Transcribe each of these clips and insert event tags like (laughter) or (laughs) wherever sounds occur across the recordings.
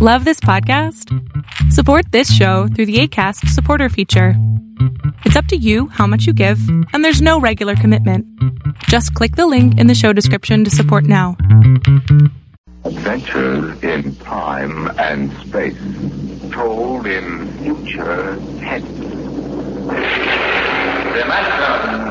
Love this podcast? Support this show through the ACAST supporter feature. It's up to you how much you give, and there's no regular commitment. Just click the link in the show description to support now. Adventures in time and space, told in future tense. Dimension.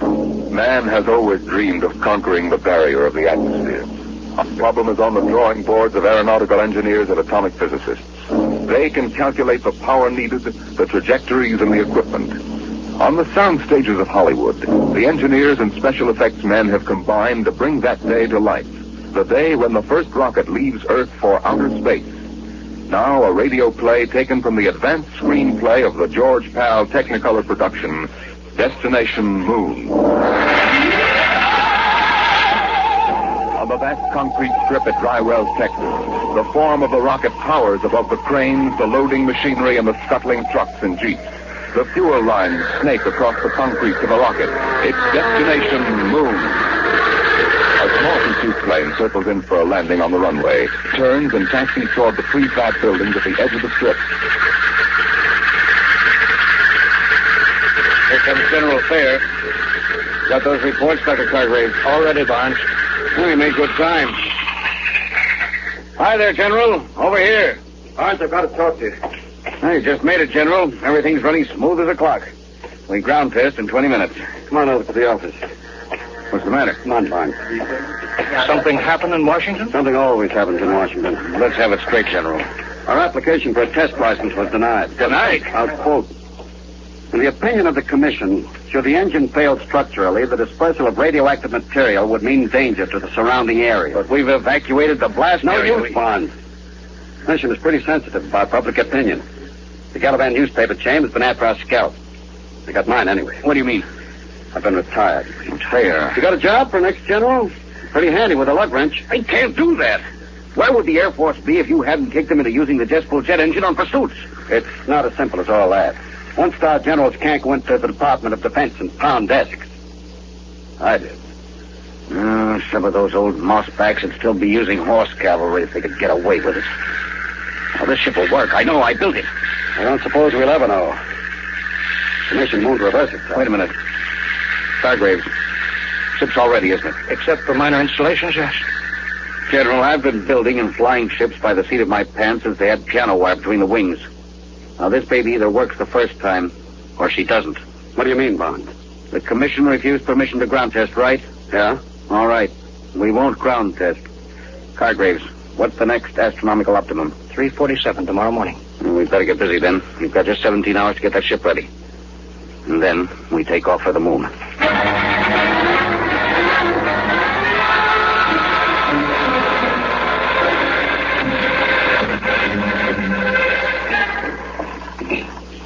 Man has always dreamed of conquering the barrier of the atmosphere. The problem is on the drawing boards of aeronautical engineers and atomic physicists. They can calculate the power needed, the trajectories, and the equipment. On the sound stages of Hollywood, the engineers and special effects men have combined to bring that day to life. The day when the first rocket leaves Earth for outer space. Now a radio play taken from the advanced screenplay of the George Pal Technicolor production, Destination Moon. On the vast concrete strip at Dry Wells, Texas, the form of the rocket towers above the cranes, the loading machinery, and the scuttling trucks and jeeps. The fuel lines snake across the concrete to the rocket. Its destination, Moon. A small pursuit plane circles in for a landing on the runway, turns and taxis toward the prefab buildings at the edge of the strip. Here comes General Fair. Got those reports, Dr. Cargrave? Already, Barnes. We made good time. Hi there, General. Over here. Barnes, I've got to talk to you. I just made it, General. Everything's running smooth as a clock. We ground test in 20 minutes. Come on over to the office. What's the matter? Come on, Barnes. Something happened in Washington? Something always happens in Washington. Let's have it straight, General. Our application for a test license was denied. Denied? I'll quote. In the opinion of the commission, should the engine fail structurally, the dispersal of radioactive material would mean danger to the surrounding area. But we've evacuated the blast no area. No We- use, Barnes. The mission is pretty sensitive about public opinion. The Caliban newspaper chain has been after our scalp. They got mine anyway. What do you mean? I've been retired. Retired? You got a job for next general? Pretty handy with a lug wrench. I can't do that. Where would the Air Force be if you hadn't kicked them into using the Jespo jet engine on pursuits? It's not as simple as all that. One-star generals can't go into the Department of Defense and pound desks. I did. Uh, some of those old mossbacks would still be using horse cavalry if they could get away with it. Now, this ship will work. I know. I built it. I don't suppose we'll ever know. The mission won't reverse it. Wait a minute. Stargraves. Ship's already, isn't it? Except for minor installations, yes. General, I've been building and flying ships by the seat of my pants since they had piano wire between the wings. Now, this baby either works the first time or she doesn't. What do you mean, Bond? The commission refused permission to ground test, right? Yeah. All right. We won't ground test. Cargraves, what's the next astronomical optimum? 347 tomorrow morning. We'd better get busy then. We've got just 17 hours to get that ship ready. And then we take off for the moon.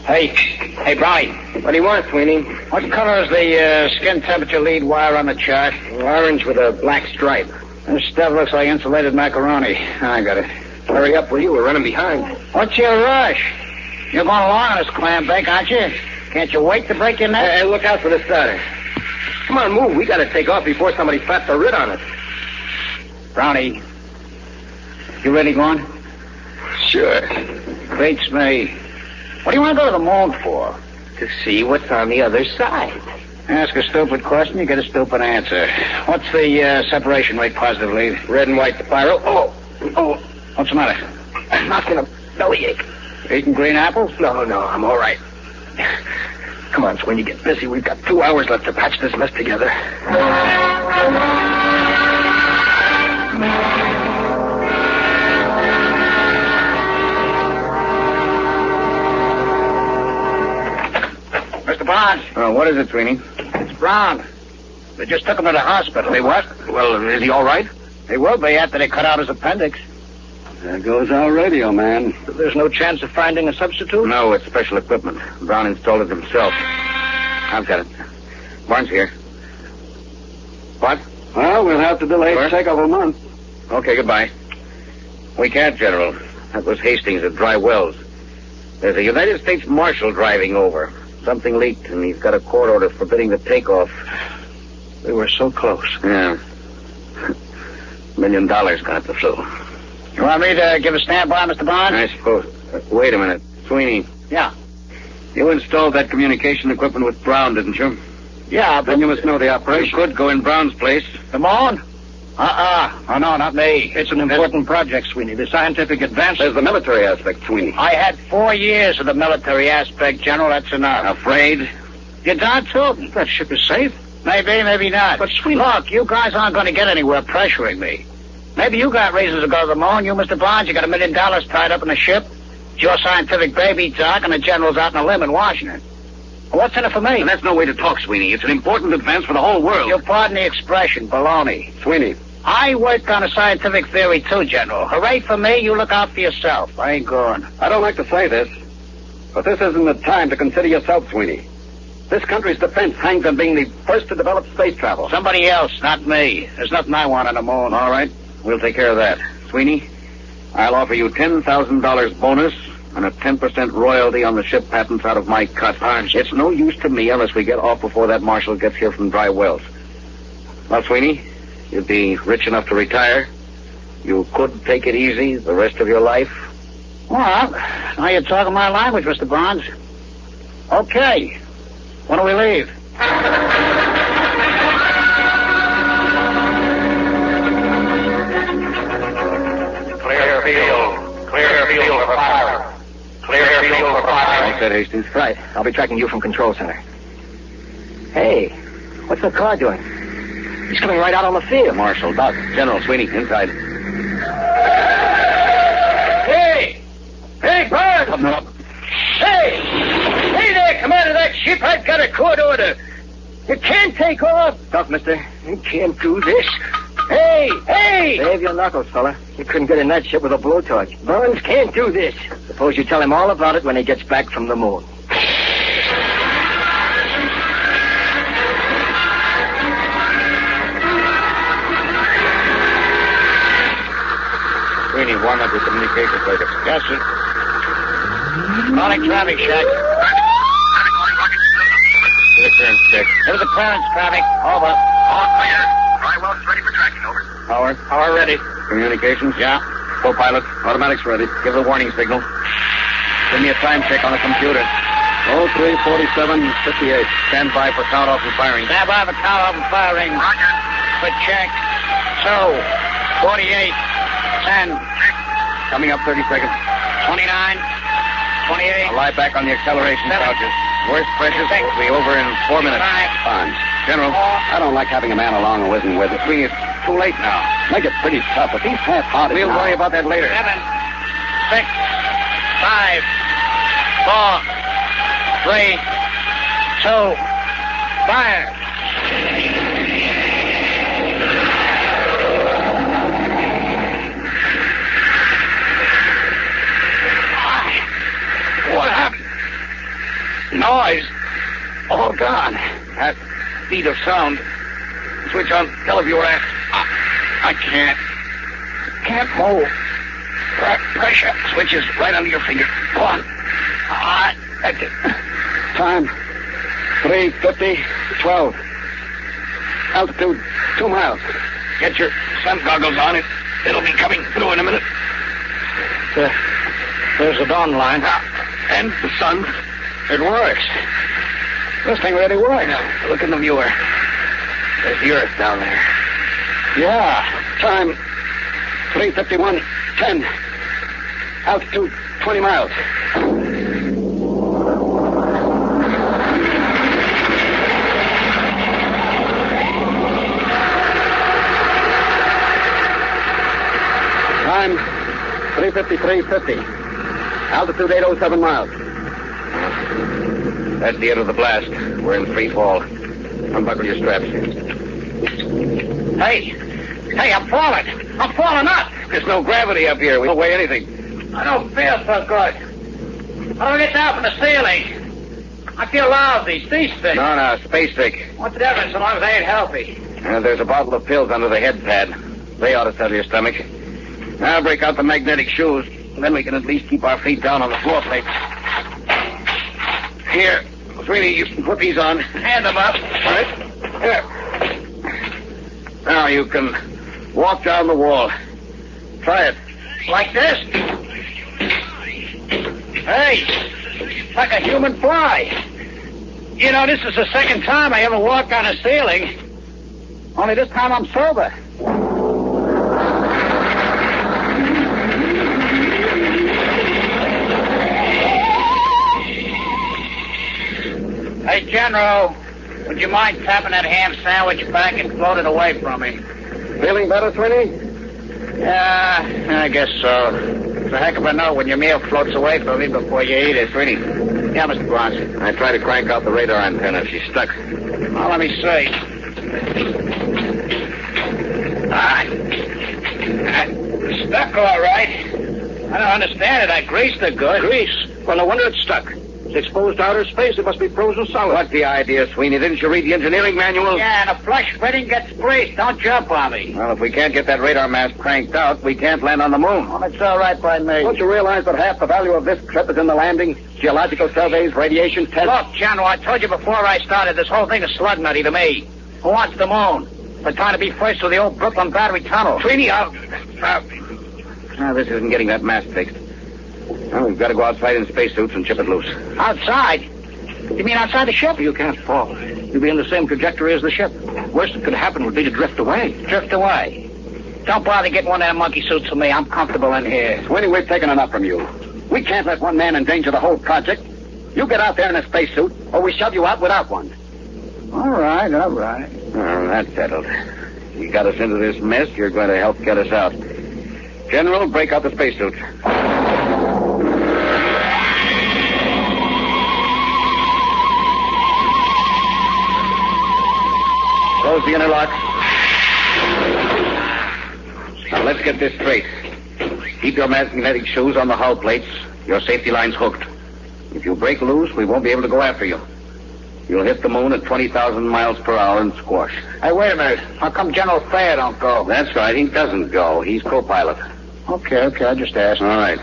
Hey, hey, Brownie. What do you want, Sweeney? What color is the uh, skin temperature lead wire on the chart? Orange with a black stripe. This stuff looks like insulated macaroni. I got it. Hurry up, will you? We're running behind. What's your rush? You're going along on this clam bake, aren't you? Can't you wait to break your neck? Hey, look out for the starter. Come on, move. We got to take off before somebody slaps a writ on us. Brownie, you ready, going? Sure. Beats me. What do you want to go to the moon for? To see what's on the other side. Ask a stupid question, you get a stupid answer. What's the uh, separation rate positively? Red and white spiral. Oh, oh. What's the matter? I'm knocking a bellyache. Eating green apples? No, no, I'm all right. Come on, Sweeney, get busy. We've got two hours left to patch this mess together. Mr. Barnes. Oh, what is it, Sweeney? It's Brown. They just took him to the hospital. They what? Well, is he all right? He will be after they cut out his appendix. There goes our radio man. There's no chance of finding a substitute? No, it's special equipment. Brown installed it himself. I've got it. Barnes here. What? Well, we'll have to delay the takeoff a month. Okay, goodbye. We can't, General. That was Hastings at Dry Wells. There's a United States Marshal driving over. Something leaked, and he's got a court order forbidding the takeoff. We were so close. Yeah. (laughs) Million dollars got the flu. You want me to give a stamp on, Mr. Bond? I suppose. Uh, wait a minute. Sweeney, Yeah. you installed that communication equipment with Brown, didn't you? Yeah, but Then you must know the operation. You could go in Brown's place. Come on. Uh-uh. Oh, no, not me. It's an important project, Sweeney. The scientific advances. There's the military aspect, Sweeney. I had four years of the military aspect, General. That's enough. Afraid? You darn tootin'. That ship is safe. Maybe, maybe not. But, Sweeney... Look, you guys aren't going to get anywhere pressuring me. Maybe you got reasons to go to the moon. You, Mr. Barnes, you got a million dollars tied up in the ship. It's your scientific baby, Doc, and the general's out on a limb in Washington. What's in it for me? And that's no way to talk, Sweeney. It's an important advance for the whole world. You'll pardon the expression, baloney. Sweeney, I worked on a scientific theory too, General. Hooray for me, you look out for yourself. I ain't going. I don't like to say this, but this isn't the time to consider yourself, Sweeney. This country's defense hangs on being the first to develop space travel. Somebody else, not me. There's nothing I want on the moon. All right, we'll take care of that. Sweeney, I'll offer you $10,000 bonus and a 10% royalty on the ship patents out of my cut. It's no use to me unless we get off before that marshal gets here from Dry Wells. Well, Sweeney, you'd be rich enough to retire. You could take it easy the rest of your life. Well, now you're talking my language, Mr. Barnes. Okay. When do we leave? Clear field. Clear field for fire. Clear field for fire. that, Hastings. Right. I'll be tracking you from control center. Hey, what's the car doing? He's coming right out on the field. Marshal, Doc, General Sweeney, inside. Hey! Hey, Barnes! Come up. Hey! Hey there, commander of that ship. I've got a court order. You can't take off. Stop, mister. You can't do this. Hey! Hey! Save your knuckles, fella. You couldn't get in that ship with a blowtorch. Burns can't do this. Suppose you tell him all about it when he gets back from the moon. Sweeney, one of the communications later. Yes, sir. Calling traffic, Shack. Clearance check. There's a clearance traffic. Over. All clear. Dry Wells ready for tracking. Over. Power. Power ready. Communications? Yeah. Co-pilot. Automatics ready. Give the warning signal. Give me a time check on the computer. 0347 58. Stand by for count off and firing. Stand by for count off and firing. Roger. For check. So, 48, 10, Coming up 30 seconds. 29, 28. I'll lie back on the acceleration Seven. couches. Worst pressures Six. will be over in four minutes. Five. Bonds. General, Four. I don't like having a man along who isn't with us. We, it's too late now. Make it pretty tough. If he's half-hearted We'll now- worry about that later. Seven, six, five, four, three, two, fire. What happened? Noise. All gone. That speed of sound. Switch on televiewer act. Ah, I, I can't. Can't move. Pre- pressure. Switch is right under your finger. Go on. I, that's it. Time. 3.50, 12. Altitude, two miles. Get your sun goggles on. It, it'll be coming through in a minute. Uh, There's the dawn line. And the sun. It works. This thing really works. Now, look in the viewer. There's the Earth down there. Yeah. Time 351.10. Altitude 20 miles. Time 353.50. Altitude 807 miles. That's the end of the blast. We're in free fall. Unbuckle your straps. Hey, hey, I'm falling. I'm falling up. There's no gravity up here. We don't weigh anything. I don't feel so good. I don't get down from the ceiling. I feel lousy, seasick. No, no, space sick. What's the difference so long as I ain't healthy? Uh, there's a bottle of pills under the head pad. They ought to settle your stomach. Now break out the magnetic shoes. Then we can at least keep our feet down on the floor plates. Here, Sweeney, you put these on. Hand them up. All right. Here. Now you can walk down the wall. Try it. Like this? Hey, like a human fly. You know, this is the second time I ever walked on a ceiling. Only this time I'm sober. Hey, General, would you mind tapping that ham sandwich back and float it away from me? Feeling better, Sweeney? Yeah, I guess so. It's a heck of a note when your meal floats away from me before you eat it, really. Yeah, Mr. Bronson. I tried to crank out the radar antenna. She's stuck. Well, let me see. Ah. Ah, Stuck, all right. I don't understand it. I greased the good. Grease? Well, no wonder it's stuck. It's exposed to outer space. It must be frozen solid. What's the idea, Sweeney? Didn't you read the engineering manual? Yeah, and a flush fitting gets greased. Don't jump on me. Well, if we can't get that radar mast cranked out, we can't land on the moon. Well, it's all right by me. Don't you realize that half the value of this trip is in the landing? Geological surveys, radiation tests. Look, General, I told you before I started, this whole thing is slug nutty to me. Who wants the moon? We're trying to be first with the old Brooklyn Battery Tunnel. Sweeney, I'll... Now, Ah, this isn't getting that mast fixed. Now, we've got to go outside in spacesuits and chip it loose. Outside? You mean outside the ship? You can't fall. You'll be in the same trajectory as the ship. Worst that could happen would be to drift away. Drift away. Don't bother getting one of them monkey suits for me. I'm comfortable in here. Sweeney, we've taken enough from you. We can't let one man endanger the whole project. You get out there in a spacesuit, or we shove you out without one. All right, all right. Well, that's settled. You got us into this mess. You're going to help get us out. General, break out the spacesuit. Close the interlock. Now, let's get this straight. Keep your magnetic shoes on the hull plates. Your safety line's hooked. If you break loose, we won't be able to go after you. You'll hit the moon at 20,000 miles per hour and squash. Hey, wait a minute. How come General Thayer don't go? That's right. He doesn't go. He's co-pilot. Okay, okay. I just asked. All right.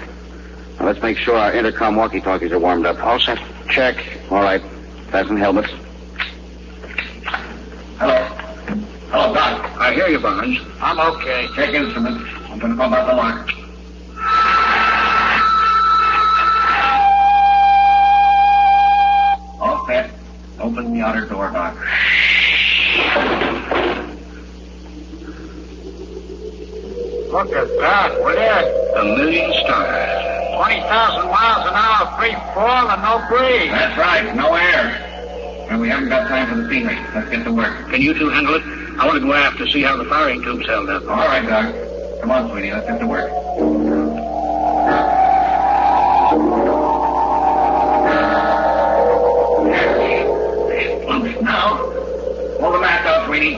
Now let's make sure our intercom walkie-talkies are warmed up. All set. Check. All right. Fasten helmets. Hello. Hello, Doc. I hear you, Barnes. I'm okay. Check instruments. I'm going to go about the lock. All set. Open the outer door, Doc. Look at that. What is A million stars. 20,000 miles an hour, free fall and no breeze. That's right. No air. And we haven't got time for the scenery. Let's get to work. Can you two handle it? I want to go aft to see how the firing tube's held up. All right, Doc. Come on, Sweeney. Let's get to work. Loose now. Pull the mast out, Sweeney.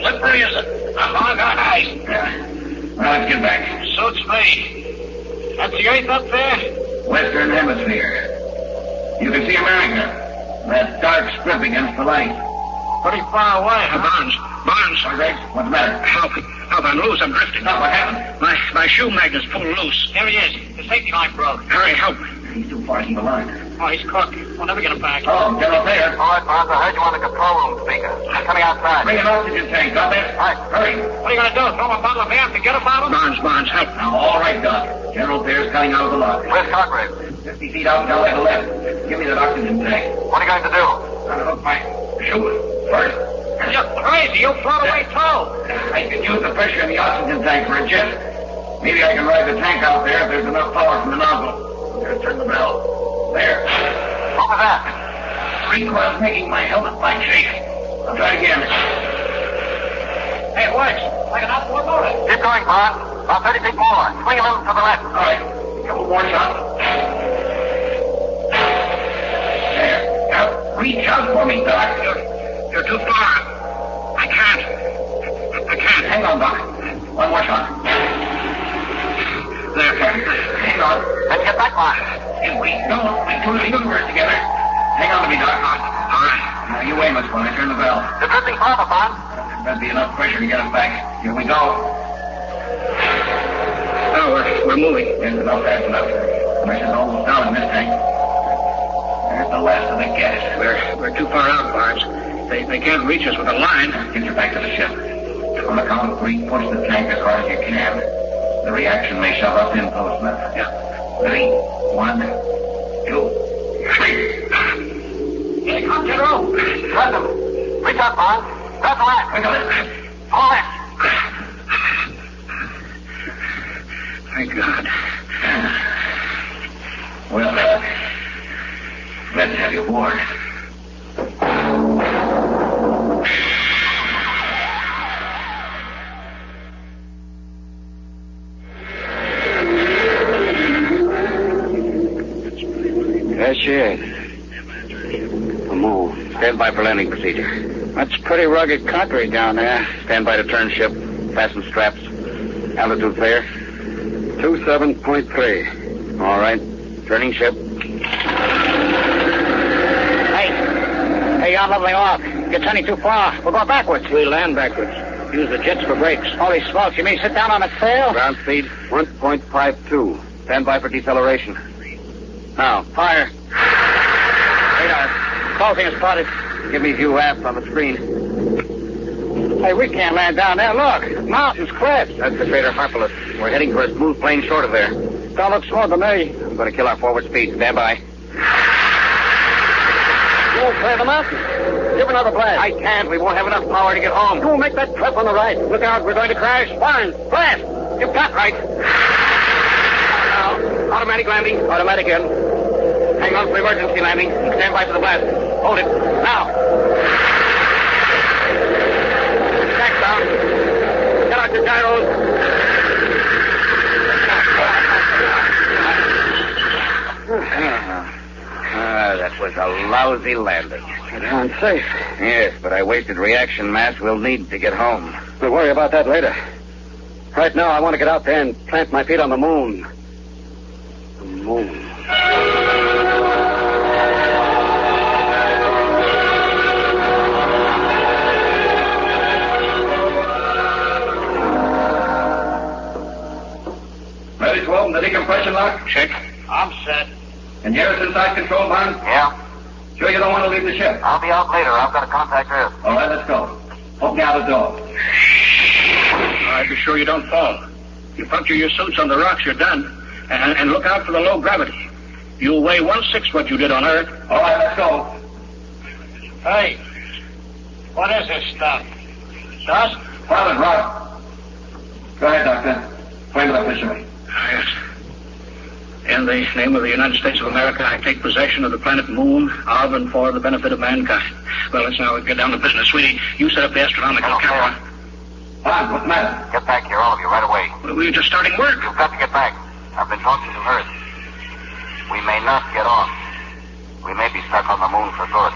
Slippery as a, a hog on ice. Now let's get back. Suits me. That's the earth up there? Western Hemisphere. You can see America. That dark strip against the light. Pretty far away. Barnes. Barnes. All right, what's the matter? Help. Help. I'm loose. I'm drifting. Doc, what happened? My, my shoe magnet's pulled loose. Here he is. The safety line broke. Hurry, help. He's too far from the line. Oh, he's cooked. We'll never get him back. Oh, General Thayer. All right, Barnes. I heard you on the control room speaker. I'm coming outside. Bring an oxygen tank, Doc. All right, hurry. What are you going to do? Throw him a bottle of air and forget about Barnes, Barnes, help. Now, all right, Doc. General Thayer's coming out of the lock. Where's Congreve? 50 feet out, down to the left. Give me that oxygen tank. What are you going to do? Trying to hook my shoe first. You're crazy. You'll float away too. I can use the pressure in the oxygen tank for a jet. Maybe I can ride the tank out there if there's enough power from the nozzle. Here, turn the bell. There. What was that? Recoil's making my helmet black shake. I'll try again. Hey, it works. Like an outboard motor. Keep going, Barnes. About 30 feet more. Swing a little to the left. All right. Couple more shots. There. Now, reach out for me, Doc. You're, you're too far. I can't. I can't. Hang on, Doc. One more shot. There. Hang on. Let's get back, Barnes. If we don't, we two the universe together. Hang on to me, Doc. All right. Now, you aim us when I turn the bell. They're drifting farther, Barnes. There'd be enough pressure to get us back. Here we go. No, we're, we're moving. Yes, enough, that's enough. Pressure's almost down in this tank. There's the last of the gas. We're, we're too far out, Barnes. They, they can't reach us with a line. Get you back to the ship. On the count of three, push the tank as hard as you can. The reaction may shove up impulse, Smith. Yeah. Three, one, two, three. Here comes the rope. Press him. Reach up, Bond. Press the latch. Wiggle it. Pull Thank God. Well, let's have you aboard. There she is. Come on. Stand by for landing procedure. That's pretty rugged country down there. Stand by to turn ship. Fasten straps. Altitude fair. 27.3. All right. Turning ship. Hey, hey, you're leveling off. You're turning too far. We're going backwards. We land backwards. Use the jets for brakes. Holy smokes! You mean sit down on a sail? Ground speed 1.52. Stand by for deceleration. Now, fire. Radar. Closing is spotted. Give me view aft on the screen. Hey, we can't land down there. Look, mountains, cliffs. That's the Trader Harpalus. We're heading for a smooth plane short of there. Don't look small to me. I'm going to kill our forward speed. Stand by. You won't clear the mountain. Give another blast. I can't. We won't have enough power to get home. You will make that cliff on the right. Look out, we're going to crash. One, blast. You've got right. Now, automatic landing. Automatic in. Hang on for emergency landing. Stand by for the blast. Hold it. Now. Back down. Get out your gyros. (laughs) Ah, that was a lousy landing. It sounds safe. Yes, but I wasted reaction mass we'll need to get home. We'll worry about that later. Right now, I want to get out there and plant my feet on the moon. The moon. Ready to open the decompression lock? Check. I'm set. And you're inside control, Barnes? Yeah. Sure you don't want to leave the ship? I'll be out later. I've got to contact Earth. All right, let's go. Open the outer door. I'll be sure you don't fall. You puncture your suits on the rocks, you're done. And, and look out for the low gravity. You'll weigh one-sixth what you did on Earth. All right, let's go. Hey, what is this stuff? Dust? Pilot, Rod. Go ahead, Doctor. Flavor the fishery. Yes. In the name of the United States of America, I take possession of the planet Moon, of and for the benefit of mankind. Well, let's now get down to business. Sweetie, you set up the astronomical Hello, camera. Bond, what's the matter? Get back here, all of you, right away. We we were just starting work. You've got to get back. I've been talking to Earth. We may not get on. We may be stuck on the moon for good.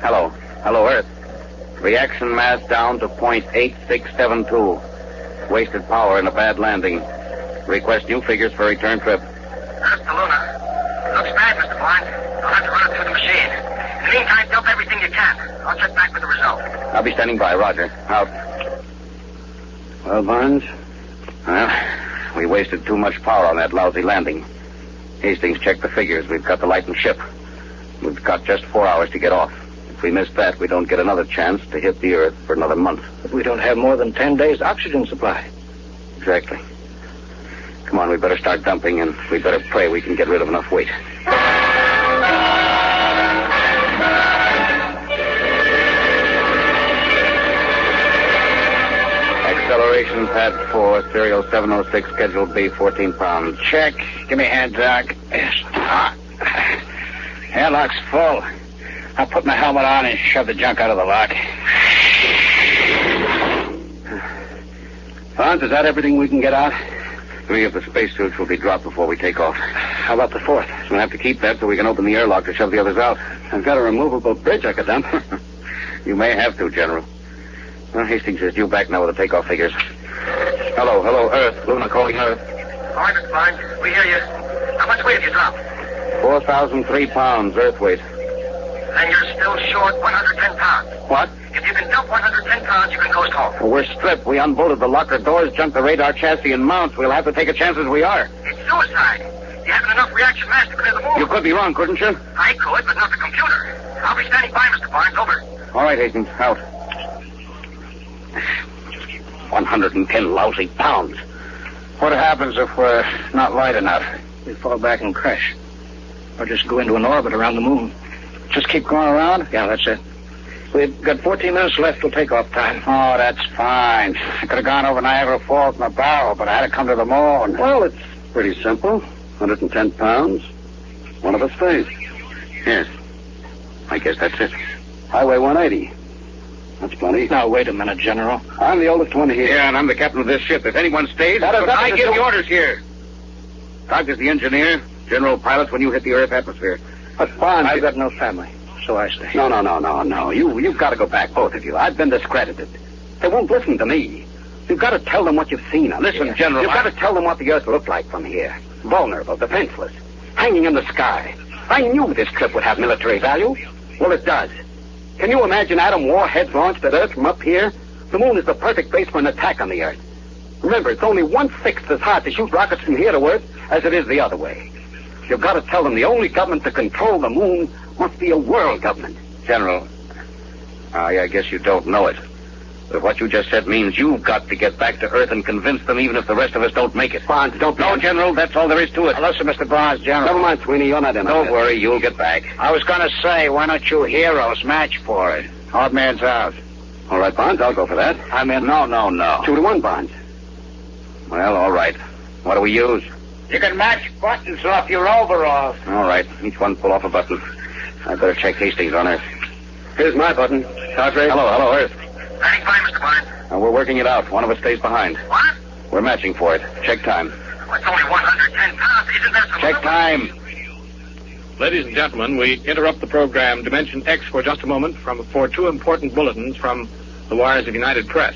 Hello. Hello, Earth. Reaction mass down to .8672. Wasted power in a bad landing. Request new figures for return trip. Earth to Luna. Looks bad, Mr. Bond. I'll have to run it through the machine. In the meantime, dump everything you can. I'll check back with the result. I'll be standing by. Roger. Out. Well, Barnes? Well, we wasted too much power on that lousy landing. Hastings checked the figures. We've got the lightened ship. We've got just four hours to get off. If we miss that, we don't get another chance to hit the Earth for another month. But we don't have more than 10 days' oxygen supply. Exactly. Come on, we better start dumping, and we better pray we can get rid of enough weight. Acceleration pad 4, serial 706, schedule B, 14 pounds. Check. Give me a hand, Doc. Yes. Ah. Airlock's full. I'll put my helmet on and shove the junk out of the lock. Hans, is that everything we can get out? Three of the spacesuits will be dropped before we take off. How about the fourth? We'll have to keep that so we can open the airlock to shove the others out. I've got a removable bridge I could dump. (laughs) you may have to, General. Well, Hastings is due back now with the takeoff figures. Hello, hello, Earth. Luna calling Earth. All right, Mr. Bond. We hear you. How much weight have you dropped? 4,003 pounds, earth weight. And you're still short 110 pounds. What? If you can dump 110 pounds, you can coast home. Well, we're stripped. We unbolted the locker doors, jumped the radar chassis, and mounts. We'll have to take a chance as we are. It's suicide. You haven't enough reaction mass to clear the moon. You could be wrong, couldn't you? I could, but not the computer. I'll be standing by, Mr. Barnes. Over. All right, Hastings, out. 110 lousy pounds. What happens if we're not light enough? We fall back and crash. Or just go into an orbit around the moon. Just keep going around? Yeah, that's it. We've got 14 minutes left till takeoff time. Oh, that's fine. I could have gone over Niagara Falls in a barrel, but I had to come to the moon. Well, it's pretty simple. 110 pounds. One of us stays. Yes. I guess that's it. Highway 180. That's plenty. Now, wait a minute, General. I'm the oldest one here. and I'm the captain of this ship. If anyone stays, That has nothing I to give do- the orders here. Doctor's the engineer, general pilot when you hit the Earth atmosphere. But Barnes, I've got no family, so I stay. No, no, no, no, no. You, you've got to go back, both of you. I've been discredited. They won't listen to me. You've got to tell them what you've seen. Now, listen, Yeah. General, You've I- got to tell them what the Earth looked like from here. Vulnerable, defenseless, hanging in the sky. I knew this trip would have military value. Well, it does. Can you imagine atom warheads launched at Earth from up here? The moon is the perfect base for an attack on the Earth. Remember, it's only one-sixth as hard to shoot rockets from here to Earth as it is the other way. You've got to tell them the only government to control the moon must be a world government. General, I, I guess you don't know it. But what you just said means you've got to get back to Earth and convince them even if the rest of us don't make it. Barnes, don't No, General, that's all there is to it. listen, Mr. Barnes, Never mind, Sweeney. You're not in. on Don't this. worry, you'll get back. I was going to say, why don't you heroes match for it? Odd man's out. All right, Barnes, I'll go for that. I'm in. No, no, no. Two to one, Barnes. Well, all right. What do we use? You can match buttons off your overalls. All right. Each one pull off a button. I better check Hastings on Earth. Here's my button. Cadre. Hello, hello, Earth. Standing by, Mr. Barnes. Uh, we're working it out. One of us stays behind. What? We're matching for it. Check time. Well, it's only 110 pounds. Isn't that some Check time. Ladies and gentlemen, we interrupt the program Dimension X for just a moment from, for two important bulletins from the wires of United Press.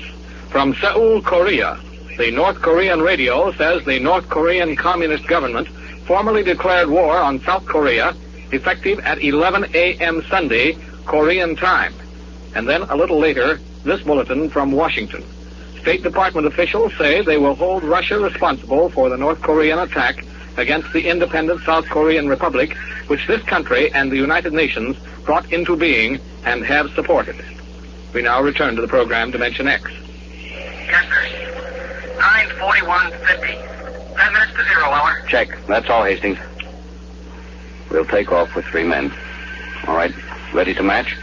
From Seoul, Korea, the North Korean radio says the North Korean Communist government formally declared war on South Korea effective at 11 a.m. Sunday, Korean time. And then a little later, this bulletin from Washington. State Department officials say they will hold Russia responsible for the North Korean attack against the independent South Korean Republic, which this country and the United Nations brought into being and have supported. We now return to the program Dimension X. Yes, sir. 941.50. Ten minutes to zero hour. Check. That's all, Hastings. We'll take off with three men. All right. Ready to match?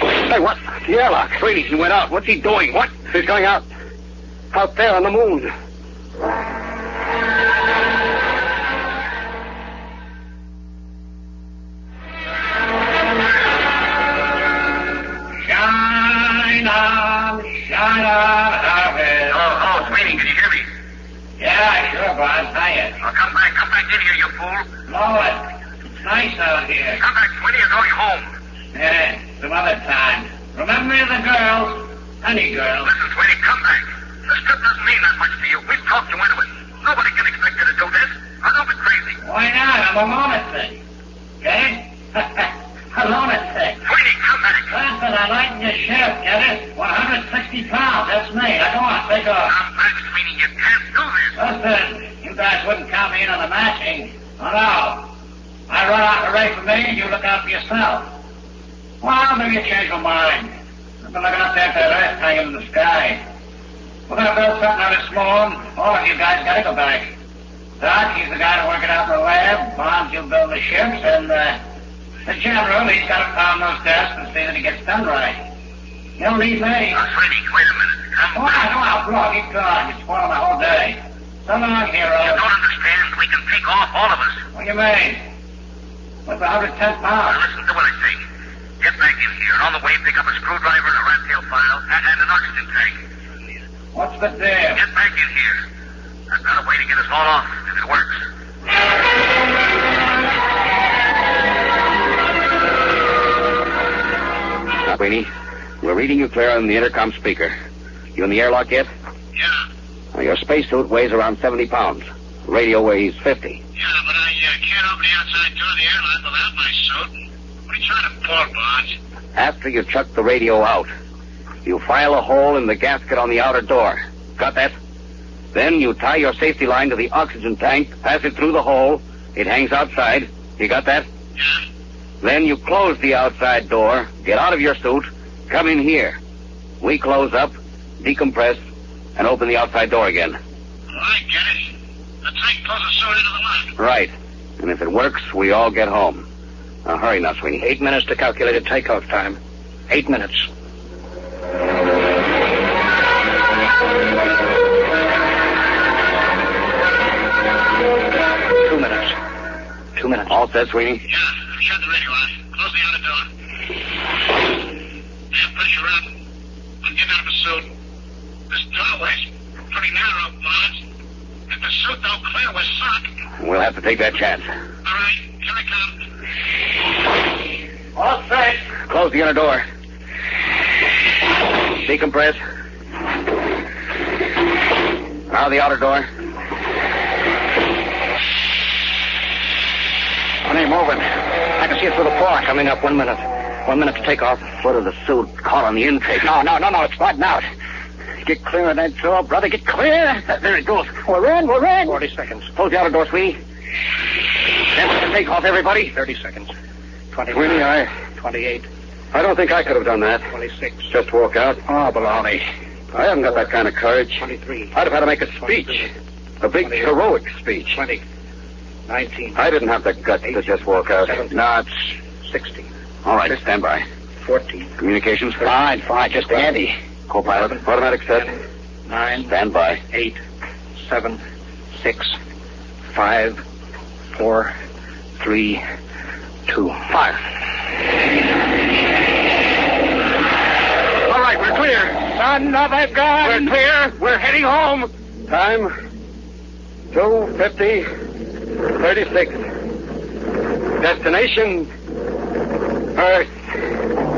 Hey, what? The airlock. Brady, he went out. What's he doing? What? He's going out. Out there on the moon. Shine on, shine on, Harvey. Oh, oh, Sweeney, can you hear me? Yeah, sure, Bob. Hiya. Oh, come back, come back in here, you fool. Blow it. Oh, It's nice out here. Come back, Sweeney, you're going home. Yeah, some other time. Remember the girls? Honey girls. Listen, Sweeney, come back. This trip doesn't mean that much to you. We've talked you into it. Nobody can expect you to do this. I know it's crazy. Why not? I'm a lunatic. Okay? (laughs) a lunatic. Sweeney, come back. Listen, I lighten your ship, get it? 160 pounds, that's me. I don't want to take off. Come back, Sweeney. You can't do this. Listen, (laughs) you guys wouldn't count me in on the matching. Oh, no. I run out the race for me, and you look out for yourself. Well, maybe you change your mind. I've been looking up there at that earth hanging in the sky. We're going to build something out of small. All of you guys got to go back. Doc, he's the guy to work it out in the lab. Bob, you build the ships, and uh, the general, he's got to pound those desks and see that it gets done right. You'll need me. Oh, Freddy, wait a minute. Come on, come on, come on, keep going. It's spoiling the whole day. So long, hero. You don't understand. We can take off, all of us. What do you mean? What's 110 pounds? listen to what I say. Get back in here. On the way, pick up a screwdriver and a rat tail file and, and an oxygen tank. What's the deal? Get back in here. I've got a way to get us all off if it works. Now, Sweeney, we're reading you clear on the intercom speaker. You in the airlock yet? Yeah. Now, your spacesuit weighs around 70 pounds. radio weighs 50. Yeah, but I uh, can't open the outside door of the airlock without my suit. What are you trying to pull, Barnes? After you chuck the radio out, you file a hole in the gasket on the outer door. Got that? Then you tie your safety line to the oxygen tank, pass it through the hole. It hangs outside. You got that? Yeah? Then you close the outside door, get out of your suit, come in here. We close up, decompress, and open the outside door again. Well, I get it. The tank pulls the suit into the lock. Right. And if it works, we all get home. Now hurry now, Sweeney. Eight minutes to calculated takeoff time. Eight minutes. Two minutes. Two minutes. All set, Sweeney? Yeah, I've shut the radio off. Close the outer door. Yeah, pressure up. I'm getting out of the suit. This doorway's pretty narrow, Barnes. If the suit don't clear, we're sunk. We'll have to take that chance. All right, here I come. All set. Close the inner door. Decompress. Now the outer door. It ain't moving. I can see it through the floor. Coming up one minute. One minute to take off. Foot of the suit caught on the intake. No, no, no, no. It's flattened out. Get clear of that door, brother. Get clear. There it goes. We're in. We're in. Forty seconds. Close the outer door, Sweeney. That's the takeoff, everybody. Thirty seconds. Twenty. Sweeney, I, Twenty-eight. I don't think I could have done that. Twenty-six. Just walk out. Oh, baloney. Ah, I haven't got that kind of courage. Twenty-three. I'd have had to make a speech, a big heroic speech. Twenty. Nineteen. I didn't have the guts to just walk out. Seventeen. Not. Sixteen. All right, stand by. Fourteen. Communications. Fine, fine. Just handy. Co-pilot. Automatic set. Nine. Stand by. eight, seven, six, five, four, three, two. Fire. All right, we're clear. Son of a gun. We're clear. We're heading home. Time 250 36. Destination Earth.